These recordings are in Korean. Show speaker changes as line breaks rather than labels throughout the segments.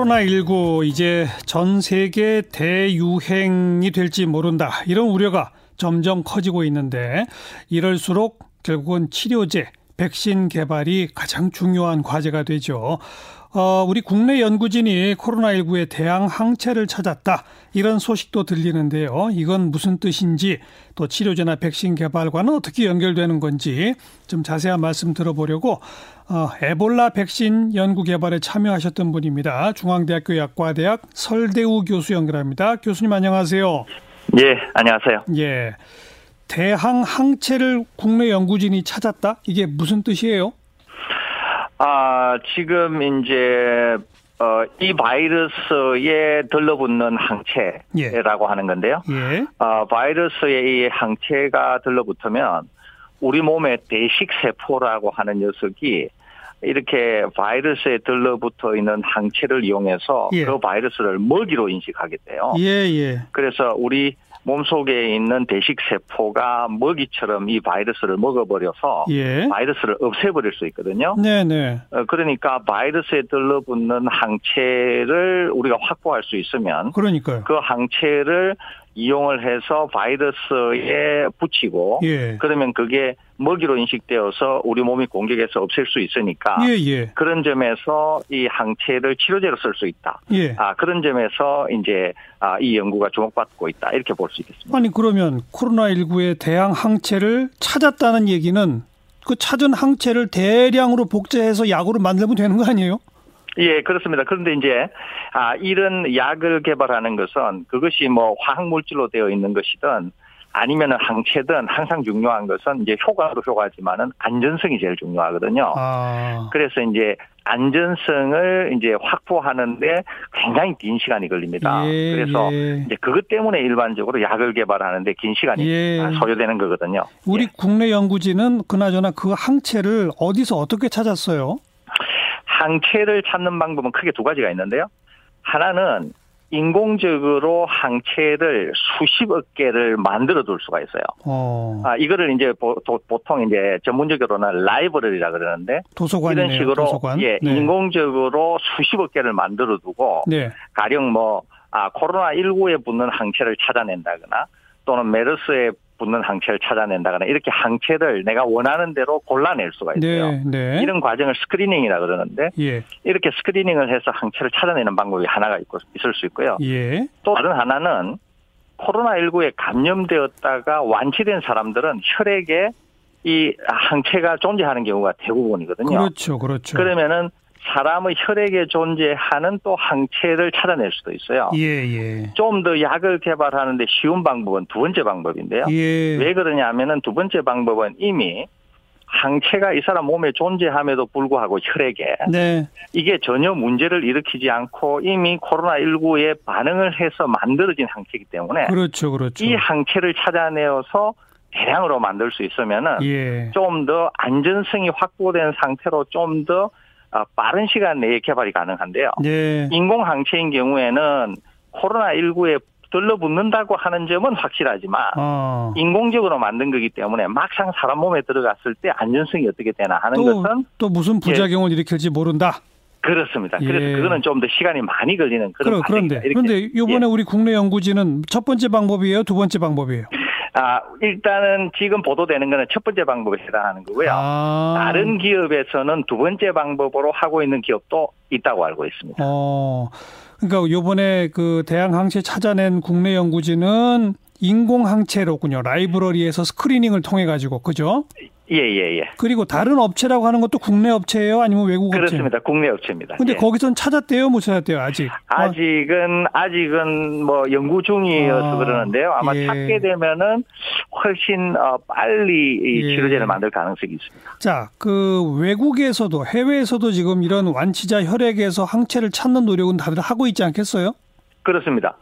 코로나19 이제 전 세계 대유행이 될지 모른다. 이런 우려가 점점 커지고 있는데 이럴수록 결국은 치료제, 백신 개발이 가장 중요한 과제가 되죠. 어, 우리 국내 연구진이 코로나19에 대항 항체를 찾았다. 이런 소식도 들리는데요. 이건 무슨 뜻인지 또 치료제나 백신 개발과는 어떻게 연결되는 건지 좀 자세한 말씀 들어보려고 어, 에볼라 백신 연구 개발에 참여하셨던 분입니다. 중앙대학교 약과대학 설대우 교수 연결합니다. 교수님 안녕하세요.
예, 안녕하세요.
예. 대항 항체를 국내 연구진이 찾았다? 이게 무슨 뜻이에요?
아, 지금 이제 어, 이 바이러스에 들러붙는 항체라고
예.
하는 건데요.
예.
아, 바이러스의 이 항체가 들러붙으면 우리 몸의 대식 세포라고 하는 녀석이 이렇게 바이러스에 들러붙어 있는 항체를 이용해서
예.
그 바이러스를 먹이로 인식하게 돼요.
예, 예.
그래서 우리 몸속에 있는 대식 세포가 먹이처럼 이 바이러스를 먹어버려서
예.
바이러스를 없애버릴 수 있거든요.
네, 네.
어, 그러니까 바이러스에 들러붙는 항체를 우리가 확보할 수 있으면
그러니까요.
그 항체를 이용을 해서 바이러스에 붙이고
예.
그러면 그게 먹이로 인식되어서 우리 몸이 공격해서 없앨 수 있으니까
예, 예.
그런 점에서 이 항체를 치료제로 쓸 수 있다.
예.
아, 그런 점에서 이제 아, 이 연구가 주목받고 있다. 이렇게 볼 수 있겠습니다.
아니 그러면 코로나19에 대항 항체를 찾았다는 얘기는 그 찾은 항체를 대량으로 복제해서 약으로 만들면 되는 거 아니에요?
예, 그렇습니다. 그런데 이제 아, 이런 약을 개발하는 것은 그것이 뭐 화학 물질로 되어 있는 것이든 아니면은 항체든 항상 중요한 것은 이제 효과도 효과지만은 안전성이 제일 중요하거든요.
아,
그래서 이제 안전성을 이제 확보하는데 굉장히 긴 시간이 걸립니다.
예,
그래서
예.
이제 그것 때문에 일반적으로 약을 개발하는데 긴 시간이
예.
아, 소요되는 거거든요.
우리 국내 연구진은 그나저나 그 항체를 어디서 어떻게 찾았어요?
항체를 찾는 방법은 크게 두 가지가 있는데요. 하나는 인공적으로 항체를 수십억 개를 만들어 둘 수가 있어요.
어,
아, 이거를 이제 보, 통 이제 전문적으로는 라이브러리라 그러는데
도서관이네요.
이런 식으로
도서관.
예,
네.
인공적으로 수십억 개를 만들어 두고
네.
가령 뭐 아, 코로나 19에 붙는 항체를 찾아낸다거나 또는 메르스에 붙는 항체를 찾아낸다거나 이렇게 항체를 내가 원하는 대로 골라낼 수가 있어요.
네, 네.
이런 과정을 스크리닝이라 그러는데
예,
이렇게 스크리닝을 해서 항체를 찾아내는 방법이 하나가 있고 있을 수 있고요.
예.
또 다른 하나는 코로나19에 감염되었다가 완치된 사람들은 혈액에 이 항체가 존재하는 경우가 대부분이거든요.
그렇죠, 그렇죠.
러면은 사람의 혈액에 존재하는 또 항체를 찾아낼 수도 있어요.
예, 예.
좀 더 약을 개발하는데 쉬운 방법은 두 번째 방법인데요.
예.
왜 그러냐 하면은 두 번째 방법은 이미 항체가 이 사람 몸에 존재함에도 불구하고 혈액에
네.
이게 전혀 문제를 일으키지 않고 이미 코로나19에 반응을 해서 만들어진 항체이기 때문에
그렇죠, 그렇죠.
예. 이 항체를 찾아내어서 대량으로 만들 수 있으면은
예.
좀 더 안전성이 확보된 상태로 좀 더 아, 빠른 시간 내에 개발이 가능한데요.
네.
인공 항체인 경우에는 코로나19에 들러붙는다고 하는 점은 확실하지만
아.
인공적으로 만든 거기 때문에 막상 사람 몸에 들어갔을 때 안전성이 어떻게 되나 하는
또,
것은 예.
또 무슨 부작용을 일으킬지 모른다.
그렇습니다. 그래서
예.
그거는 좀 더 시간이 많이 걸리는
그러,
그런
그런데
반응이다. 이렇게. 예.
그런데 이번에 우리 국내 연구진은 첫 번째 방법이에요, 두 번째 방법이에요.
아 일단은 지금 보도되는 거는 첫 번째 방법에 해당하는 거고요.
아,
다른 기업에서는 두 번째 방법으로 하고 있는 기업도 있다고 알고 있습니다.
어, 그러니까 이번에 그 대항 항체 찾아낸 국내 연구진은 인공 항체로군요. 라이브러리에서 스크리닝을 통해 가지고 그죠?
예예예.
그리고 다른 업체라고 하는 것도 국내 업체예요, 아니면 외국 업체?
그렇습니다. 국내 업체입니다.
근데
예.
거기선 찾았대요, 못 찾았대요, 아직. 아,
아직은 아직은 뭐 연구 중이어서
아,
그러는데요. 아마
예.
찾게 되면은 훨씬 어, 빨리 이
예.
치료제를 만들 가능성이 있습니다.
자, 그 외국에서도 해외에서도 지금 이런 완치자 혈액에서 항체를 찾는 노력은 다들 하고 있지 않겠어요?
그렇습니다.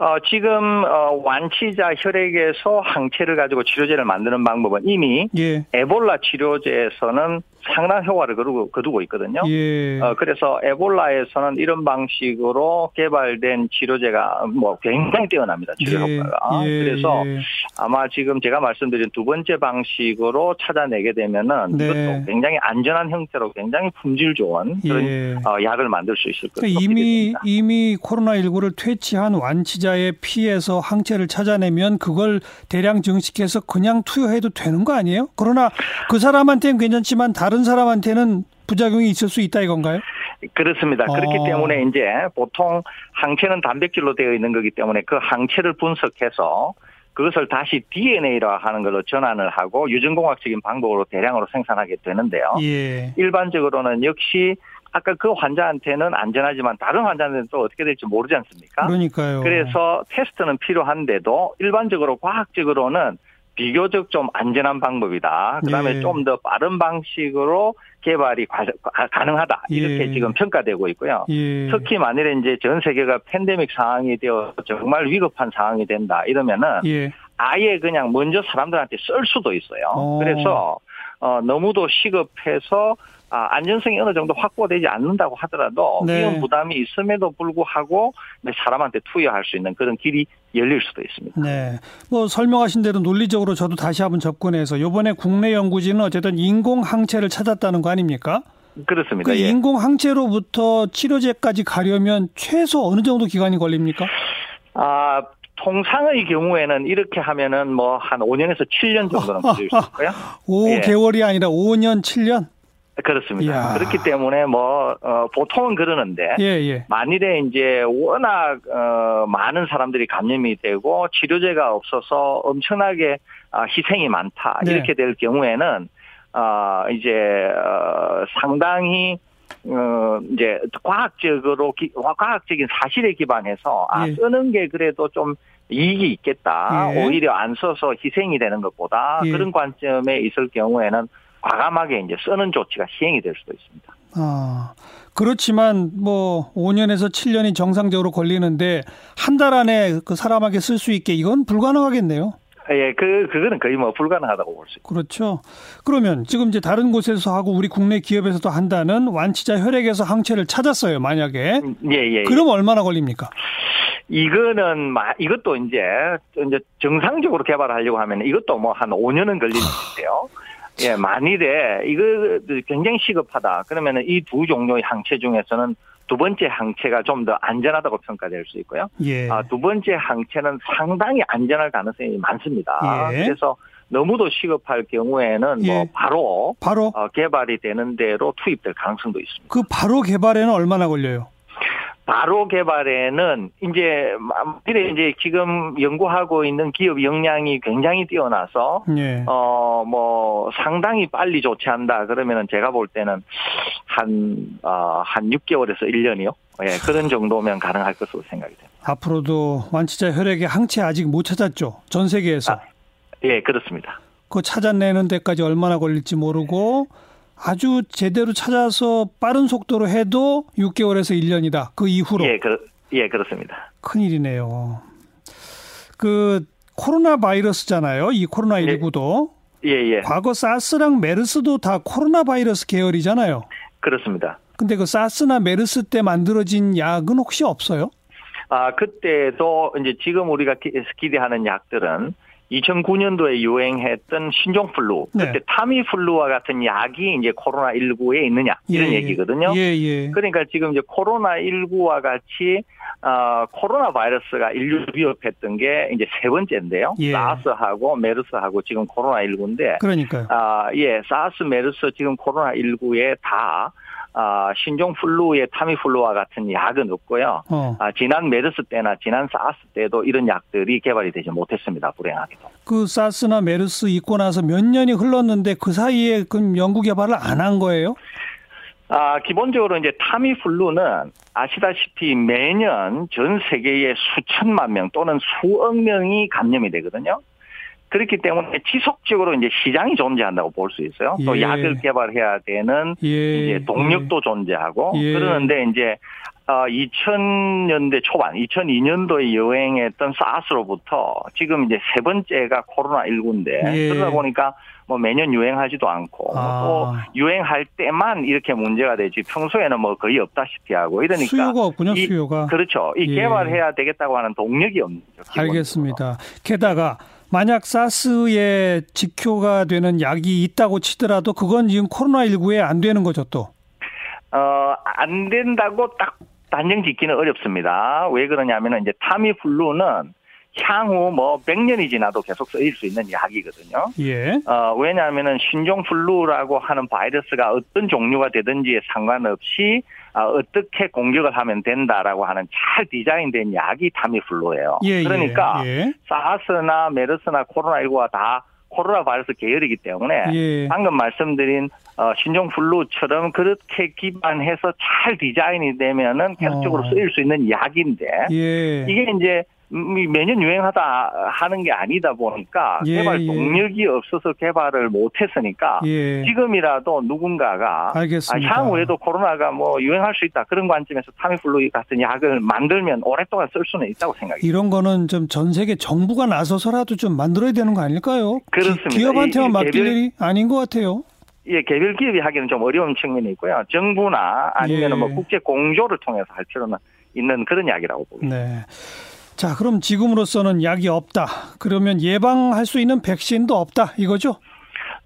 어, 지금 어, 완치자 혈액에서 항체를 가지고 치료제를 만드는 방법은 이미
예.
에볼라 치료제에서는 상당한 효과를 거두고, 거두고 있거든요.
예.
어, 그래서 에볼라에서는 이런 방식으로 개발된 치료제가 뭐 굉장히 뛰어납니다. 치료
예,
효과가.
예,
그렇죠. 아, 그래서
예.
아마 지금 제가 말씀드린 두 번째 방식으로 찾아내게 되면은
네.
이것도 굉장히 안전한 형태로 굉장히 품질 좋은 그런
예.
어, 약을 만들 수 있을 것으로
그러니까 이미
기대됩니다.
이미 코로나 19를 퇴치한 완치자의 피에서 항체를 찾아내면 그걸 대량 증식해서 그냥 투여해도 되는 거 아니에요? 그러나 그 사람한테는 괜찮지만 다른 사람한테는 부작용이 있을 수 있다 이건가요?
그렇습니다. 그렇기
어.
때문에 이제 보통 항체는 단백질로 되어 있는 거기 때문에 그 항체를 분석해서 그것을 다시 DNA라 하는 걸로 전환을 하고 유전공학적인 방법으로 대량으로 생산하게 되는데요.
예.
일반적으로는 역시 아까 그 환자한테는 안전하지만 다른 환자한테는 또 어떻게 될지 모르지 않습니까?
그러니까요.
아, 그래서 테스트는 필요한데도 일반적으로 과학적으로는 비교적 좀 안전한 방법이다. 그다음에
예.
좀 더 빠른 방식으로 개발이 과- 가- 가능하다. 이렇게
예.
지금 평가되고 있고요.
예.
특히 만일에 이제 전 세계가 팬데믹 상황이 되어 정말 위급한 상황이 된다 이러면은
예.
아예 그냥 먼저 사람들한테 쓸 수도 있어요.
어.
그래서 어, 너무도 시급해서 아, 안전성이 어느 정도 확보되지 않는다고 하더라도
네.
위험 부담이 있음에도 불구하고 내 사람한테 투여할 수 있는 그런 길이 열릴 수도 있습니다.
네. 뭐 설명하신 대로 논리적으로 저도 다시 한번 접근해서 요번에 국내 연구진은 어쨌든 인공 항체를 찾았다는 거 아닙니까?
그렇습니다.
그
예.
인공 항체로부터 치료제까지 가려면 최소 어느 정도 기간이 걸립니까?
아, 통상의 경우에는 이렇게 하면은 뭐 한 5년에서 7년 정도는 걸릴 수 있고요. 예.
5개월이 아니라 5년, 7년?
그렇습니다.
이야.
그렇기 때문에 뭐 어, 보통은 그러는데
예, 예.
만일에 이제 워낙 어, 많은 사람들이 감염이 되고 치료제가 없어서 엄청나게 아, 희생이 많다
네.
이렇게 될 경우에는 아 이제 어, 상당히 어, 이제 과학적으로 기- 과학적인 사실에 기반해서 아
예.
쓰는 게 그래도 좀 이익이 있겠다
예.
오히려 안 써서 희생이 되는 것보다
예.
그런 관점에 있을 경우에는 과감하게 이제 쓰는 조치가 시행이 될 수도 있습니다.
아. 그렇지만 뭐 5년에서 7년이 정상적으로 걸리는데 한 달 안에 그 사람에게 쓸 수 있게 이건 불가능하겠네요.
예, 그 그거는 거의 뭐 불가능하다고 볼 수 있습니다.
그렇죠. 그러면 지금 이제 다른 곳에서 하고 우리 국내 기업에서도 한다는 완치자 혈액에서 항체를 찾았어요. 만약에.
예, 예. 예.
그럼 얼마나 걸립니까?
이거는 마- 이것도 이제 이제 정상적으로 개발하려고 하면 이것도 뭐 한 5년은 걸리는데요. 예, 만일에 이거 굉장히 시급하다. 그러면은 이 두 종류의 항체 중에서는 두 번째 항체가 좀 더 안전하다고 평가될 수 있고요.
예.
아, 두 번째 항체는 상당히 안전할 가능성이 많습니다.
예.
그래서 너무도 시급할 경우에는 뭐
예.
바로
바로
어, 개발이 되는 대로 투입될 가능성도 있습니다.
그 바로 개발에는 얼마나 걸려요?
바로 개발에는 이제 만일에 이제 지금 연구하고 있는 기업 역량이 굉장히 뛰어나서
예.
어 뭐 상당히 빨리 조치한다 그러면은 제가 볼 때는 한어한 6개월에서 1년이요. 예, 그런 정도면 가능할 것으로 생각이 됩니다.
앞으로도 완치자 혈액의 항체 아직 못 찾았죠. 전 세계에서.
아. 예, 그렇습니다.
그거 찾아내는 데까지 얼마나 걸릴지 모르고 아주 제대로 찾아서 빠른 속도로 해도 6개월에서 1년이다. 그 이후로.
예, 그 예, 그렇습니다.
큰일이네요. 그 코로나 바이러스잖아요. 이 코로나19도.
예, 예.
과거 사스랑 메르스도 다 코로나 바이러스 계열이잖아요.
그렇습니다.
근데 그 사스나 메르스 때 만들어진 약은 혹시 없어요?
아, 그때도 이제 지금 우리가 기- 기대하는 약들은 2009년도에 유행했던 신종플루,
네.
그때 타미플루와 같은 약이 이제 코로나19에 있느냐, 이런
예, 예.
얘기거든요.
예, 예.
그러니까 지금 이제 코로나19와 같이, 어, 코로나 바이러스가 인류를 위협했던 게 이제 세 번째인데요.
예.
사스하고 메르스하고 지금 코로나19인데,
그러니까요.
아, 예, 사스, 메르스 지금 코로나19에 다, 아, 신종플루의 타미플루와 같은 약은 없고요.
어.
아, 지난 메르스 때나 지난 사스 때도 이런 약들이 개발이 되지 못했습니다. 불행하게도.
그 사스나 메르스 있고 나서 몇 년이 흘렀는데 그 사이에 그럼 연구 개발을 안 한 거예요?
아, 기본적으로 이제 타미플루는 아시다시피 매년 전 세계에 수천만 명 또는 수억 명이 감염이 되거든요. 그렇기 때문에 지속적으로 이제 시장이 존재한다고 볼 수 있어요. 또
예.
약을 개발해야 되는
예.
이제 동력도 존재하고
예.
그러는데 이제 어, 2000년대 초반, 2002년도에 유행했던 사스로부터 지금 이제 세 번째가 코로나 19인데
예.
그러다 보니까 뭐 매년 유행하지도 않고
아.
또 유행할 때만 이렇게 문제가 되지 평소에는 뭐 거의 없다시피 하고 이러니까
수요가 없군요,
이-
수요가.
그렇죠. 이
예.
개발해야 되겠다고 하는 동력이 없는 거죠. 기본적으로.
알겠습니다. 게다가 만약 사스에 직효가 되는 약이 있다고 치더라도 그건 지금 코로나19에 안 되는 거죠, 또.
어, 안 된다고 딱 단정 짓기는 어렵습니다. 왜 그러냐면은 이제 타미블루는 향후 뭐 100년이 지나도 계속 쓰일 수 있는 약이거든요.
예.
어, 왜냐하면은 신종플루라고 하는 바이러스가 어떤 종류가 되든지에 상관없이 아, 어떻게 공격을 하면 된다라고 하는 잘 디자인된 약이 타미블루예요.
예, 예,
그러니까
예.
사스나 메르스나 코로나19가 다 코로나 바이러스 계열이기 때문에
예.
방금 말씀드린 어, 신종 블루처럼 그렇게 기반해서 잘 디자인이 되면은 계속적으로
어.
쓰일 수 있는 약인데
예.
이게 이제 음, 이 매년 유행하다 하는 게 아니다 보니까
예,
개발
예.
동력이 없어서 개발을 못했으니까
예.
지금이라도 누군가가
알겠습니다.
아, 향후에도 코로나가 뭐 유행할 수 있다 그런 관점에서 타미플루 같은 약을 만들면 오랫동안 쓸 수는 있다고 생각해요.
이런 거는 좀 전 세계 정부가 나서서라도 좀 만들어야 되는 거 아닐까요? 기-
그렇습니다.
기업한테만
이- 이
맡길
개별-
일이 아닌 것 같아요.
예, 개별 기업이 하기는 좀 어려운 측면이 있고요. 정부나 아니면
예.
은뭐 국제 공조를 통해서 할 필요는 있는 그런 이야기라고 보니다
네. 자, 그럼 지금으로서는 약이 없다. 그러면 예방할 수 있는 백신도 없다. 이거죠?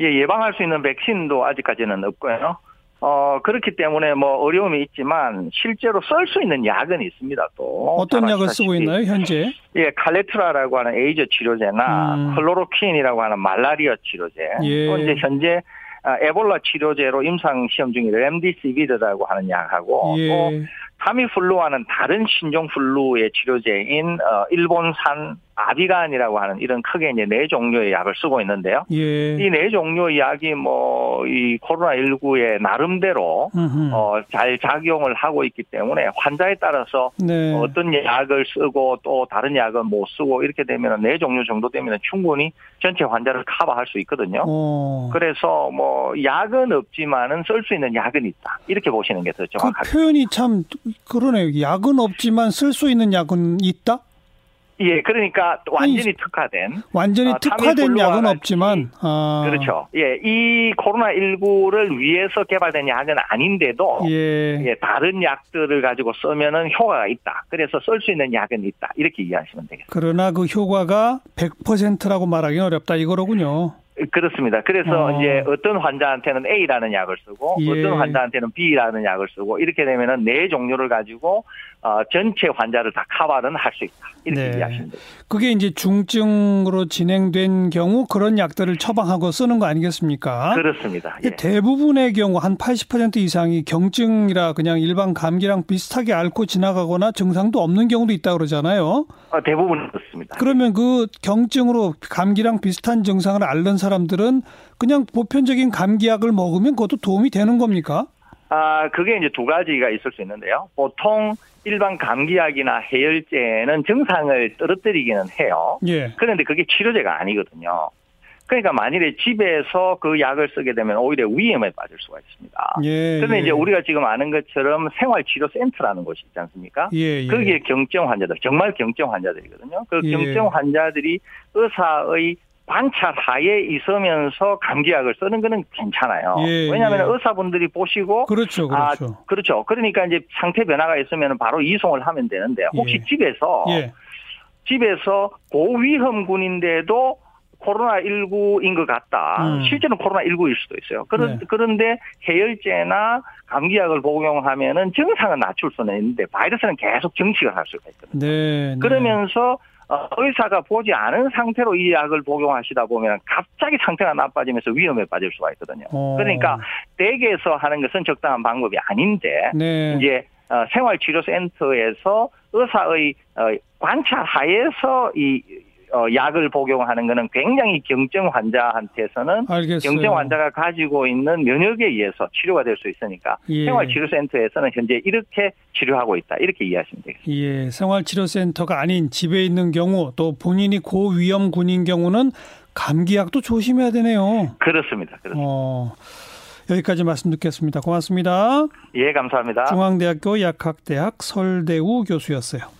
예, 예방할 수 있는 백신도 아직까지는 없고요. 어, 그렇기 때문에 뭐 어려움이 있지만 실제로 쓸 수 있는 약은 있습니다, 또.
어떤
잘
약을
아시다시피.
쓰고 있나요, 현재?
예, 칼레트라라고 하는 에이저 치료제나
음.
클로로퀸이라고 하는 말라리아 치료제.
예.
또 이제 현재 아, 에볼라 치료제로 임상 시험 중인 램디시비드라고 하는 약하고 또
예.
타미플루와는 다른 신종 플루의 치료제인 어, 일본산 아비간이라고 하는 이런 크게 이제 네 종류의 약을 쓰고 있는데요.
예.
이 네 종류의 약이 뭐 이 코로나 19에 나름대로
음흠.
어, 잘 작용을 하고 있기 때문에 환자에 따라서
네.
어떤 약을 쓰고 또 다른 약은 못 쓰고 이렇게 되면 네 종류 정도 되면 충분히 전체 환자를 커버할 수 있거든요.
어.
그래서 뭐 약은 없지만은 쓸 수 있는 약은 있다 이렇게 보시는 게 더
그
정확하죠.
표현이 참 그러네요. 약은 없지만 쓸 수 있는 약은 있다?
예, 그러니까 완전히 특화된
완전히
아,
특화된
타미블루와
약은
같이.
없지만 아.
그렇죠. 예, 이 코로나 19를 위해서 개발된 약은 아닌데도
예.
예, 다른 약들을 가지고 쓰면은 효과가 있다. 그래서 쓸 수 있는 약은 있다. 이렇게 이해하시면 되겠습니다.
그러나 그 효과가 100%라고 말하기는 어렵다 이거로군요.
그렇습니다. 그래서
어.
이제 어떤 환자한테는 A라는 약을 쓰고
예.
어떤 환자한테는 B라는 약을 쓰고 이렇게 되면은 네 종류를 가지고 어, 전체 환자를 다 커버는 할 수 있다. 이렇게
네.
이해하시면 됩니다.
그게 이제 중증으로 진행된 경우 그런 약들을 처방하고 쓰는 거 아니겠습니까?
그렇습니다. 예.
근데 대부분의 경우 한 80% 이상이 경증이라 그냥 일반 감기랑 비슷하게 앓고 지나가거나 증상도 없는 경우도 있다 그러잖아요.
어, 대부분 그렇습니다.
그러면 그 경증으로 감기랑 비슷한 증상을 앓는 사람들은 그냥 보편적인 감기약을 먹으면 그것도 도움이 되는 겁니까?
아, 그게 이제 두 가지가 있을 수 있는데요. 보통 일반 감기약이나 해열제는 증상을 떨어뜨리기는 해요.
예.
그런데 그게 치료제가 아니거든요. 그러니까 만일에 집에서 그 약을 쓰게 되면 오히려 위험에 빠질 수가 있습니다.
예.
아, 그런데
예.
이제 우리가 지금 아는 것처럼 생활치료센터라는 곳이 있지 않습니까?
예, 예.
거기에 경증 환자들, 정말 경증 환자들이거든요. 그
예.
경증 환자들이 의사의 관찰 하에 있으면서 감기약을 쓰는 거는 괜찮아요.
예,
왜냐하면
예.
의사분들이 보시고
그렇죠,
아,
그렇죠.
그렇죠. 그러니까 이제 상태 변화가 있으면 바로 이송을 하면 되는데
예.
혹시 집에서
예.
집에서 고위험군인데도 코로나19인 것 같다.
음.
실제는 코로나19일 수도 있어요. 그런,
네.
그런데 해열제나 감기약을 복용하면은 증상은 낮출 수는 있는데 바이러스는 계속 정식을 할 수가 있거든요.
네. 네.
그러면서 어, 의사가 보지 않은 상태로 이 약을 복용하시다 보면 갑자기 상태가 나빠지면서 위험에 빠질 수가 있거든요.
어.
그러니까 댁에서 하는 것은 적당한 방법이 아닌데
네.
이제 어, 생활치료센터에서 의사의 어, 관찰 하에서 이 어, 약을 복용하는 것은 굉장히 경증 환자한테서는
알겠어요.
경증 환자가 가지고 있는 면역에 의해서 치료가 될 수 있으니까
예.
생활치료센터에서는 현재 이렇게 치료하고 있다 이렇게 이해하시면 되겠습니다.
예, 생활치료센터가 아닌 집에 있는 경우 또 본인이 고위험군인 경우는 감기약도 조심해야 되네요.
그렇습니다. 그렇습니다.
어, 여기까지 말씀 듣겠습니다. 고맙습니다.
예, 감사합니다.
중앙대학교 약학대학 설대우 교수였어요.